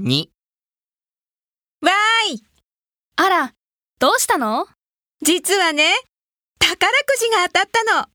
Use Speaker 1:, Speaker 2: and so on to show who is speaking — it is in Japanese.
Speaker 1: 2
Speaker 2: わーい
Speaker 3: あら、どうしたの
Speaker 2: 実はね、宝くじが当たったの